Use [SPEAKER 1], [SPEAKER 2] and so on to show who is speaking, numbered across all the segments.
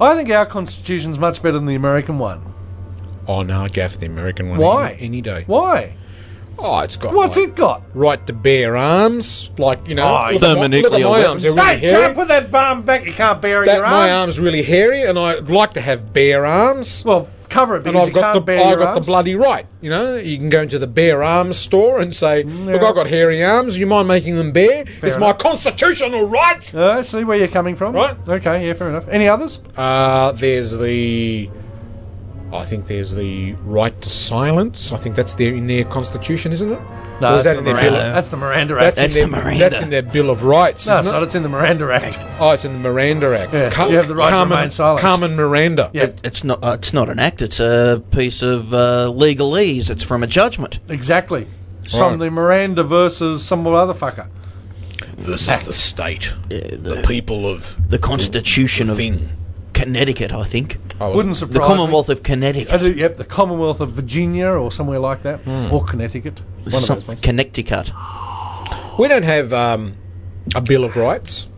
[SPEAKER 1] I think our constitution's much better than the American one.
[SPEAKER 2] Oh no, I'd go for the American one.
[SPEAKER 1] Why?
[SPEAKER 2] Any, any day.
[SPEAKER 1] Why?
[SPEAKER 2] Oh, it's got
[SPEAKER 1] What's
[SPEAKER 2] like,
[SPEAKER 1] it got?
[SPEAKER 2] Right to bear arms, like you know.
[SPEAKER 1] Oh,
[SPEAKER 2] look at my- look at
[SPEAKER 3] thermonuclear
[SPEAKER 2] my arms. They're really
[SPEAKER 1] Hey, can't
[SPEAKER 2] hairy.
[SPEAKER 1] put that bum back. You can't bury
[SPEAKER 2] That
[SPEAKER 1] your arm.
[SPEAKER 2] my arms really hairy, and I'd like to have bare arms.
[SPEAKER 1] Well, cover it
[SPEAKER 2] and
[SPEAKER 1] because
[SPEAKER 2] I've
[SPEAKER 1] you can't
[SPEAKER 2] got the
[SPEAKER 1] bury
[SPEAKER 2] I've
[SPEAKER 1] your
[SPEAKER 2] got the
[SPEAKER 1] arms.
[SPEAKER 2] bloody right. You know, you can go into the bare arms store and say, "Look,
[SPEAKER 1] Mm, yeah.
[SPEAKER 2] I've got hairy arms. You mind making them bare? it's my
[SPEAKER 1] enough.
[SPEAKER 2] constitutional right."
[SPEAKER 1] Uh, I see where you're coming from.
[SPEAKER 2] Right.
[SPEAKER 1] Okay, yeah, fair enough. Any others?
[SPEAKER 2] Uh, there's the, I think there's the right to silence. I think that's their in their constitution, isn't it? Or is that in
[SPEAKER 1] the
[SPEAKER 2] their
[SPEAKER 1] Miranda.
[SPEAKER 2] bill? Of,
[SPEAKER 1] That's the Miranda Act.
[SPEAKER 2] that's, in
[SPEAKER 3] the
[SPEAKER 2] their,
[SPEAKER 3] Miranda.
[SPEAKER 2] that's in their bill of rights,
[SPEAKER 1] no, it's
[SPEAKER 2] isn't
[SPEAKER 1] not.
[SPEAKER 2] it?
[SPEAKER 1] It's in the Miranda Act.
[SPEAKER 2] Oh, it's in the Miranda Act.
[SPEAKER 1] Yeah, you have the right to
[SPEAKER 2] Carmen,
[SPEAKER 1] remain silenced.
[SPEAKER 2] Carmen Miranda.
[SPEAKER 1] Yeah,
[SPEAKER 3] It's not. Uh, it's not an act. It's a piece of uh, legalese. It's from a judgment.
[SPEAKER 1] exactly. From
[SPEAKER 2] Right.
[SPEAKER 1] the Miranda versus some other fucker.
[SPEAKER 4] versus the state,
[SPEAKER 3] Yeah,
[SPEAKER 4] the,
[SPEAKER 3] the,
[SPEAKER 4] people of
[SPEAKER 3] the Constitution of
[SPEAKER 4] thing.
[SPEAKER 3] Connecticut, I think.
[SPEAKER 2] I was-
[SPEAKER 1] Wouldn't surprise
[SPEAKER 3] The Commonwealth
[SPEAKER 1] me.
[SPEAKER 3] of Connecticut.
[SPEAKER 1] I do- yep, the Commonwealth of Virginia or somewhere like that,
[SPEAKER 2] Hmm.
[SPEAKER 1] or Connecticut. One of
[SPEAKER 3] Some-
[SPEAKER 1] those ones.
[SPEAKER 3] Connecticut.
[SPEAKER 2] We don't have um, a bill of rights.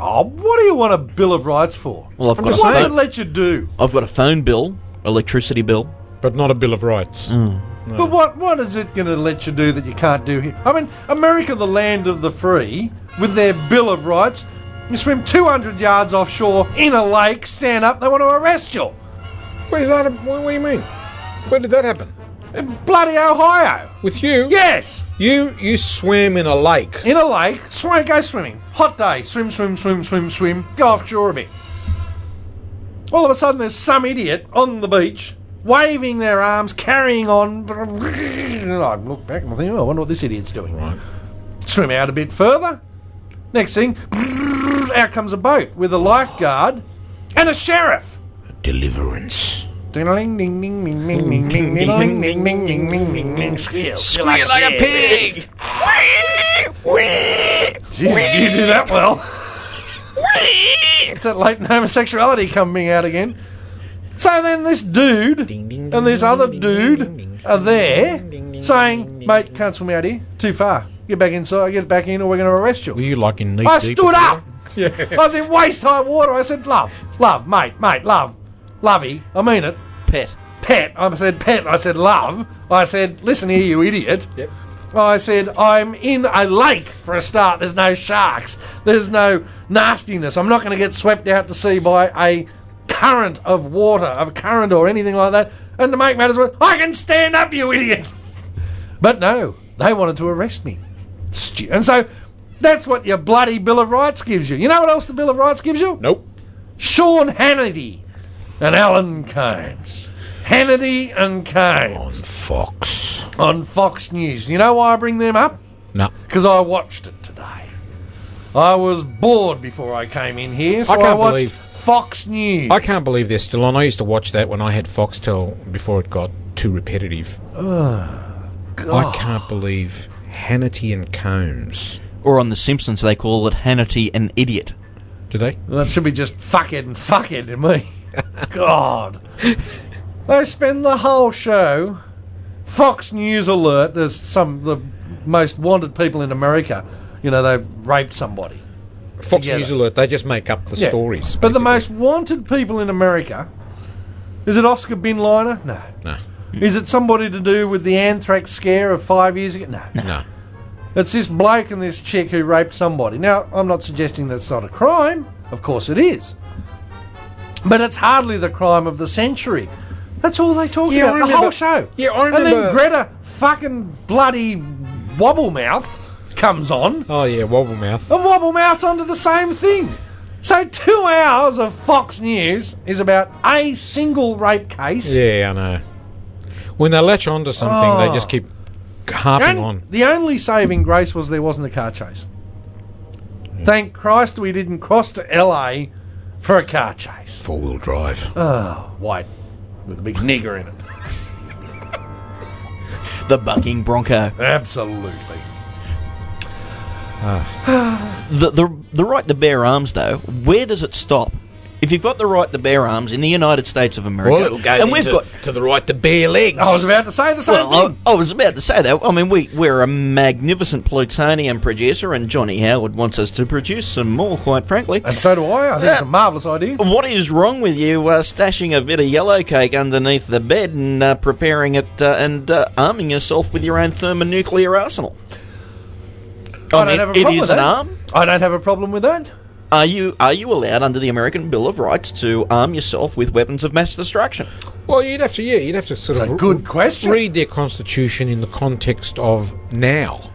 [SPEAKER 1] Oh, what do you want a Bill of Rights for?
[SPEAKER 3] Well, I've got
[SPEAKER 1] What
[SPEAKER 3] a
[SPEAKER 1] does it
[SPEAKER 3] phone-
[SPEAKER 1] let you do?
[SPEAKER 3] I've got a phone bill, electricity bill.
[SPEAKER 2] But not a Bill of Rights.
[SPEAKER 1] But what what is it going to let you do that you can't do here? I mean, America, the land of the free, with their Bill of Rights, you swim 200 yards offshore in a lake, stand up, they want to arrest you.
[SPEAKER 2] Where's that? a- What, what do you mean? Where did that happen?
[SPEAKER 1] In bloody Ohio.
[SPEAKER 2] With you?
[SPEAKER 1] Yes,
[SPEAKER 2] You you swam in a lake.
[SPEAKER 1] in a lake, swim, go swimming. Hot day, swim, swim, swim, swim, swim, go offshore a bit. All of a sudden, there's some idiot on the beach waving their arms, carrying on. And I look back and I think, oh, I wonder what this idiot's doing.
[SPEAKER 2] Right.
[SPEAKER 1] swim out a bit further. Next thing, out comes a boat with a lifeguard and a sheriff.
[SPEAKER 4] Deliverance.
[SPEAKER 1] Ding ding ding ding ding ding ding ding ding ding ding ding ding ding squeal.
[SPEAKER 4] Squeal like, a pig.
[SPEAKER 1] Jesus, you do that well. It's that latent homosexuality coming out again. So then this dude and this other dude are there saying, mate, can't swim out here, too far. Get back inside, get back in or we're going to arrest you.
[SPEAKER 2] Were you like in knee
[SPEAKER 1] I
[SPEAKER 2] deep
[SPEAKER 1] stood
[SPEAKER 2] water?
[SPEAKER 1] up. I was in waist high water. I said, "Love, love, mate, mate, love, lovey." I mean it,
[SPEAKER 3] Pet.
[SPEAKER 1] pet. I said, pet. I said, love. I said, listen here, you idiot.
[SPEAKER 2] Yep.
[SPEAKER 1] I said, I'm in a lake for a start. There's no sharks. There's no nastiness. I'm not going to get swept out to sea by a current of water, of current or anything like that. And to make matters worse, I can stand up, you idiot. But no, they wanted to arrest me. Stu- And so that's what your bloody Bill of Rights gives you. You know what else the Bill of Rights gives you?
[SPEAKER 2] Nope.
[SPEAKER 1] Sean Hannity and Alan Combs. Hannity and Combs
[SPEAKER 4] On Fox.
[SPEAKER 1] on Fox News. You know why I bring them up?
[SPEAKER 2] No.
[SPEAKER 1] Because I watched it today. I was bored before I came in here, so I,
[SPEAKER 2] I can't
[SPEAKER 1] watched
[SPEAKER 2] believe-
[SPEAKER 1] Fox News.
[SPEAKER 2] I can't believe they're still on. I used to watch that when I had Foxtel before it got too repetitive.
[SPEAKER 1] Oh.
[SPEAKER 2] I can't believe Hannity and Combs.
[SPEAKER 3] Or on The Simpsons, they call it Hannity and Idiot.
[SPEAKER 2] Do they?
[SPEAKER 1] That should be just fuckhead and fuckhead to me. God. They spend the whole show Fox News alert. There's some the most wanted people in America. You know, they've raped somebody.
[SPEAKER 2] Fox
[SPEAKER 1] Together.
[SPEAKER 2] News Alert. They just make up the
[SPEAKER 1] Yeah.
[SPEAKER 2] stories.
[SPEAKER 1] But the
[SPEAKER 2] basically.
[SPEAKER 1] most wanted people in America is it Oscar bin Laden? No.
[SPEAKER 2] No.
[SPEAKER 1] Is it somebody to do with the anthrax scare of five years ago? No.
[SPEAKER 2] No.
[SPEAKER 1] It's this bloke and this chick who raped somebody. Now, I'm not suggesting that's not a crime. Of course it is. But it's hardly the crime of the century. That's all they talk
[SPEAKER 2] Yeah, I
[SPEAKER 1] about, the
[SPEAKER 2] remember-
[SPEAKER 1] whole show.
[SPEAKER 2] Yeah, I
[SPEAKER 1] And then
[SPEAKER 2] remember-
[SPEAKER 1] Greta fucking bloody Wobblemouth comes on.
[SPEAKER 2] Oh yeah, Wobblemouth.
[SPEAKER 1] And Wobblemouth's onto the same thing. So two hours of Fox News is about a single rape case.
[SPEAKER 2] Yeah, I know. When they latch onto something,
[SPEAKER 1] Oh.
[SPEAKER 2] they just keep
[SPEAKER 1] The
[SPEAKER 2] harping
[SPEAKER 1] only-
[SPEAKER 2] on.
[SPEAKER 1] the only saving grace was there wasn't a car chase. Thank Christ we didn't cross to LA for a car chase.
[SPEAKER 4] Four wheel drive.
[SPEAKER 1] Oh. White. With a big nigger in it.
[SPEAKER 3] The bucking bronco.
[SPEAKER 1] Absolutely.
[SPEAKER 3] The, the, the right to bear arms, though, where does it stop? If you've got the right to bear arms in the United States of America,
[SPEAKER 4] Well, it'll go
[SPEAKER 3] and we've
[SPEAKER 4] to,
[SPEAKER 3] got.
[SPEAKER 4] to the right to bare legs.
[SPEAKER 1] Oh, I was about to say the same
[SPEAKER 3] Well,
[SPEAKER 1] thing.
[SPEAKER 3] I, I was about to say that. I mean, we, we're a magnificent plutonium producer, and Johnny Howard wants us to produce some more, quite frankly.
[SPEAKER 1] and so do I. I think it's a
[SPEAKER 3] Yeah.
[SPEAKER 1] marvellous idea.
[SPEAKER 3] What is wrong with you uh, stashing a bit of yellow cake underneath the bed and uh, preparing it uh, and uh, arming yourself with your own thermonuclear arsenal?
[SPEAKER 1] I don't have a problem
[SPEAKER 3] it is
[SPEAKER 1] with
[SPEAKER 3] an
[SPEAKER 1] that.
[SPEAKER 3] arm.
[SPEAKER 1] I don't have a problem with that.
[SPEAKER 3] Are you are you allowed under the American Bill of Rights to arm yourself with weapons of mass destruction?
[SPEAKER 2] Well, you'd have to, yeah, you'd have to sort
[SPEAKER 1] It's
[SPEAKER 2] of
[SPEAKER 1] a good question.
[SPEAKER 2] Read their constitution in the context of now,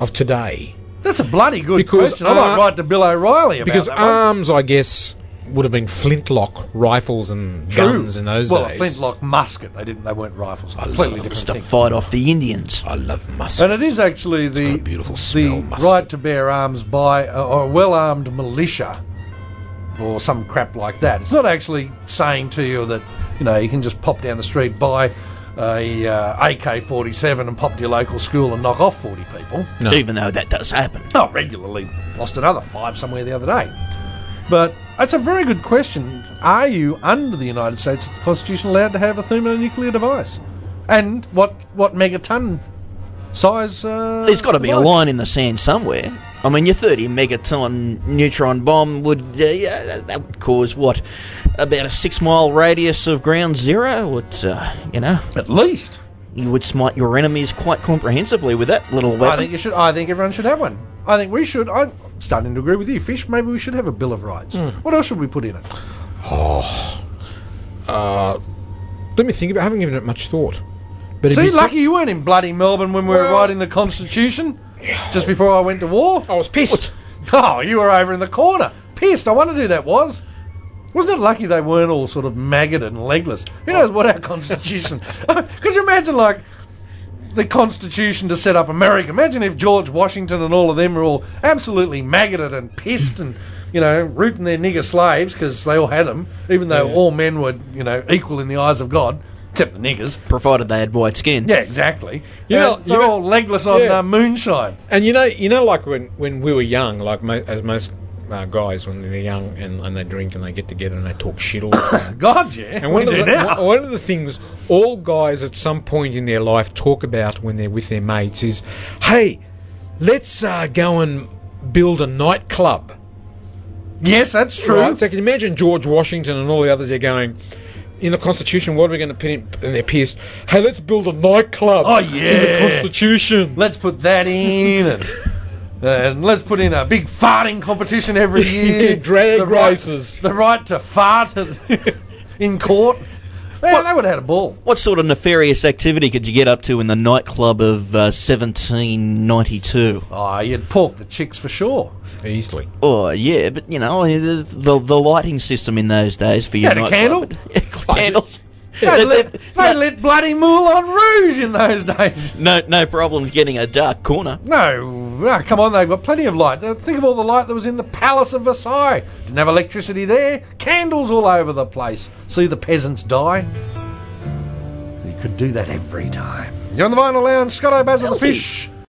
[SPEAKER 2] of today,
[SPEAKER 1] That's a bloody good
[SPEAKER 2] Because,
[SPEAKER 1] question. I might
[SPEAKER 2] uh,
[SPEAKER 1] write to Bill O'Reilly about
[SPEAKER 2] because
[SPEAKER 1] that one.
[SPEAKER 2] arms, I guess, would have been flintlock rifles and
[SPEAKER 1] True.
[SPEAKER 2] guns in those
[SPEAKER 1] well,
[SPEAKER 2] days.
[SPEAKER 1] a flintlock musket. They didn't. They weren't rifles. Completely
[SPEAKER 4] love
[SPEAKER 1] different
[SPEAKER 4] this
[SPEAKER 1] thing.
[SPEAKER 3] To fight off the Indians.
[SPEAKER 4] I love muscle.
[SPEAKER 1] And it is actually
[SPEAKER 4] got
[SPEAKER 1] the
[SPEAKER 4] a beautiful smell,
[SPEAKER 1] the
[SPEAKER 4] mustard.
[SPEAKER 1] right to bear arms by a, a well-armed militia or some crap like that. It's not actually saying to you that you know you can just pop down the street buy a uh, AK-47 and pop to your local school and knock off 40 people.
[SPEAKER 2] No.
[SPEAKER 3] Even though that does happen.
[SPEAKER 1] Not regularly. Lost another five somewhere the other day. But that's a very good question. Are you, under the United States Constitution, allowed to have a thermonuclear device? And what what megaton size? Uh,
[SPEAKER 3] There's got to be a
[SPEAKER 1] device?
[SPEAKER 3] line in the sand somewhere. I mean, your 30 megaton neutron bomb would uh, yeah, that- that would cause what about a six mile radius of ground zero? Would uh, you know
[SPEAKER 1] at least.
[SPEAKER 3] you would smite your enemies quite comprehensively with that little
[SPEAKER 1] I
[SPEAKER 3] weapon.
[SPEAKER 1] think you should. I think everyone should have one. I think we should. I'm starting to agree with you, Fish. Maybe we should have a bill of rights.
[SPEAKER 3] Hmm.
[SPEAKER 1] What else should we put in it?
[SPEAKER 2] Let me think about. I haven't given it much thought. But
[SPEAKER 1] See,
[SPEAKER 2] it's-
[SPEAKER 1] lucky you weren't in bloody Melbourne when we were
[SPEAKER 2] Well-
[SPEAKER 1] writing the Constitution. Just before I went to war.
[SPEAKER 2] I was pissed.
[SPEAKER 1] Oh, you were over in the corner, pissed. I wondered who that was. Wasn't it lucky they weren't all sort of maggoted and legless?
[SPEAKER 2] Oh.
[SPEAKER 1] Who knows what our constitution? Could you imagine like the constitution to set up America? Imagine if George Washington and all of them were all absolutely maggoted and pissed and you know rooting their nigger slaves because they all had them, even though all men were you know equal in the eyes of God, except the niggers.
[SPEAKER 3] provided they had white skin.
[SPEAKER 1] Yeah, exactly.
[SPEAKER 2] You know-
[SPEAKER 1] And
[SPEAKER 2] you
[SPEAKER 1] they're
[SPEAKER 2] know-
[SPEAKER 1] all legless on
[SPEAKER 2] yeah.
[SPEAKER 1] uh, moonshine.
[SPEAKER 2] And you know, you know, like when, when we were young, like mo- as most uh, guys when they're young and, and they drink and they get together and they talk shit all the time.
[SPEAKER 1] God, yeah.
[SPEAKER 2] And
[SPEAKER 1] we
[SPEAKER 2] one of,
[SPEAKER 1] do
[SPEAKER 2] the,
[SPEAKER 1] now.
[SPEAKER 2] one- one of the things all guys at some point in their life talk about when they're with their mates is, "Hey, let's uh, go and build a nightclub."
[SPEAKER 1] yes, that's true.
[SPEAKER 2] Right? So can you imagine George Washington and all the others? They're going in the Constitution. What are we going to put in? And they're pissed. Hey, let's build a nightclub.
[SPEAKER 1] Oh,
[SPEAKER 2] in the
[SPEAKER 1] yeah.
[SPEAKER 2] Constitution.
[SPEAKER 1] let's put that in and, and let's put in a big farting competition every year.
[SPEAKER 2] Drag
[SPEAKER 1] right-
[SPEAKER 2] races.
[SPEAKER 1] the right to fart in court. Man, they would have had a ball.
[SPEAKER 3] What sort of nefarious activity could you get up to in the nightclub of uh, 1792?
[SPEAKER 1] Oh, you'd pork the chicks for sure.
[SPEAKER 2] Easily.
[SPEAKER 3] Oh yeah, but you know the the, the lighting system in those days for your
[SPEAKER 1] had a
[SPEAKER 3] nightclub- candles.
[SPEAKER 1] They lit, they lit bloody Moulin Rouge in those days.
[SPEAKER 3] No, no problems getting a dark corner.
[SPEAKER 1] No, ah, come on, they've got plenty of light. Uh, Think of all the light that was in the Palace of Versailles. Didn't have electricity there. Candles all over the place. See the peasants die. You could do that every time. You're on the vinyl lounge, Scott O'Baz of the
[SPEAKER 3] Guilty.
[SPEAKER 1] Fish.